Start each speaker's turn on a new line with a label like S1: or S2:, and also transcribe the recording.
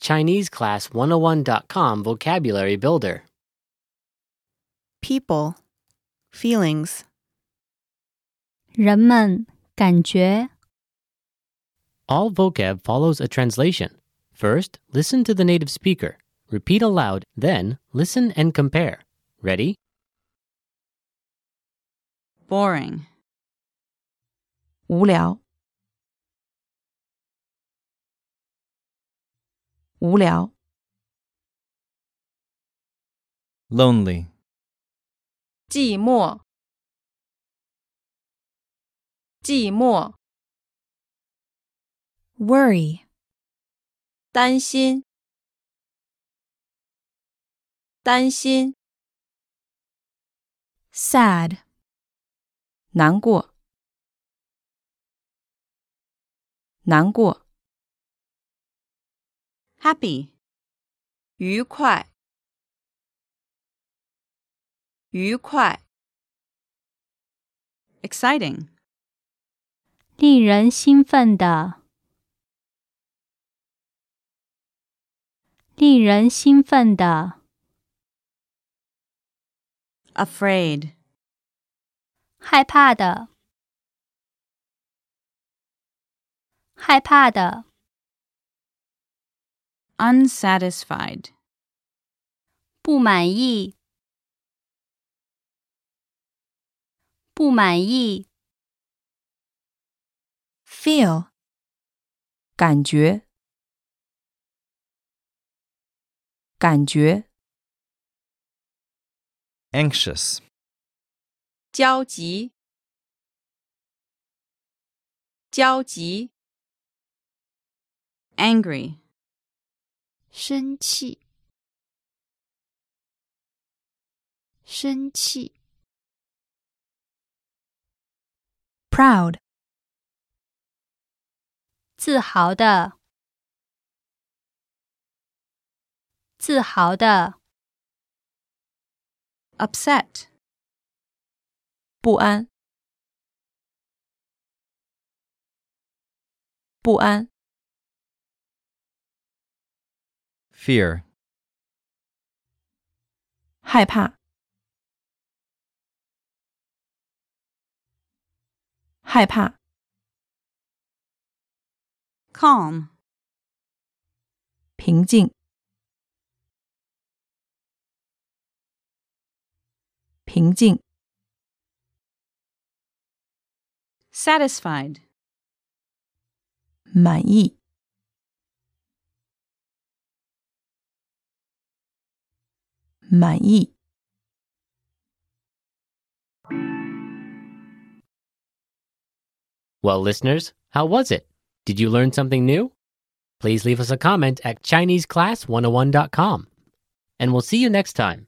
S1: ChineseClass101.com Vocabulary Builder.
S2: people, feelings,
S3: 人们感觉
S1: All vocab follows a translation. First, listen to the native speaker. Repeat aloud, then, listen and compare. Ready?
S4: boring 无聊无聊
S5: lonely,
S4: 寂寞寂寞
S3: worry
S4: 担心担心
S3: sad
S4: 难过难过 happy 愉快愉快 exciting
S3: 令人兴奋的，令人兴奋的
S4: afraid
S3: 害怕的，害怕的
S4: unsatisfied
S3: 不满意，不满意
S2: feel,
S4: 感觉感觉
S5: anxious,
S4: 焦急，焦急。angry，
S6: 生气，生气，
S2: proud,
S3: 自豪的，自豪的
S4: upset，不安，不安。
S5: fear,
S4: 害怕，害怕。calm，平静，平静。satisfied，满意，满意。
S1: Well, listeners, how was it? Did you learn something new? oh Please leave us a comment at ChineseClass101.com. And we'll see you next time.